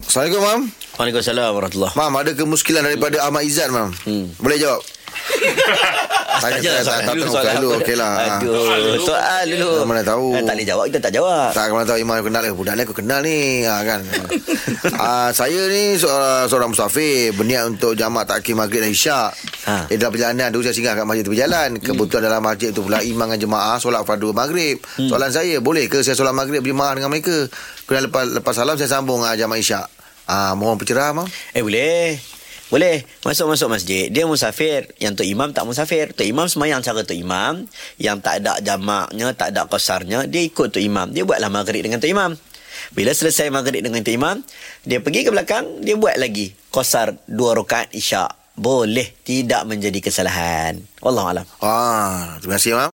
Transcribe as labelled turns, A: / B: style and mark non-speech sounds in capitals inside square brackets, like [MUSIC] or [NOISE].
A: Assalamualaikum, Mam.
B: Waalaikumsalam warahmatullah.
A: Mam, ada kemuskilan daripada Ahmad Izan, Mam?
B: Hmm.
A: Boleh
B: [LAUGHS]
A: jawab? Tanya
B: Tanya lah
A: tak tak tak tak tak lu lah. okeylah.
B: Aduh, soal dulu.
A: Mana mana tahu.
B: Eh, tak boleh jawab, kita tak jawab.
A: Tak kena tahu Iman aku kenal ke budak ni aku kenal ni ha,
B: [LAUGHS]
A: kan. ha, saya ni seorang, seorang musafir berniat untuk jamak takkim maghrib dan isyak.
B: Ha. Hmm.
A: Ha. Eh, dalam perjalanan dulu saya singgah kat masjid tepi jalan. Kebetulan dalam masjid tu pula imam dengan jemaah solat fardu maghrib. Hmm. Soalan saya, boleh ke saya solat maghrib berjemaah dengan mereka? Kemudian lepas lepas salam saya sambung ha, jamak isyak. Ah, ha, mohon pencerahan, Mam.
B: Eh boleh. Boleh Masuk-masuk masjid Dia musafir Yang Tok Imam tak musafir Tok Imam semayang cara Tok Imam Yang tak ada jamaknya Tak ada kosarnya Dia ikut Tok Imam Dia buatlah maghrib dengan Tok Imam Bila selesai maghrib dengan Tok Imam Dia pergi ke belakang Dia buat lagi Kosar dua rakaat isyak Boleh Tidak menjadi kesalahan Wallahualam
A: Ah, terima kasih, Mam.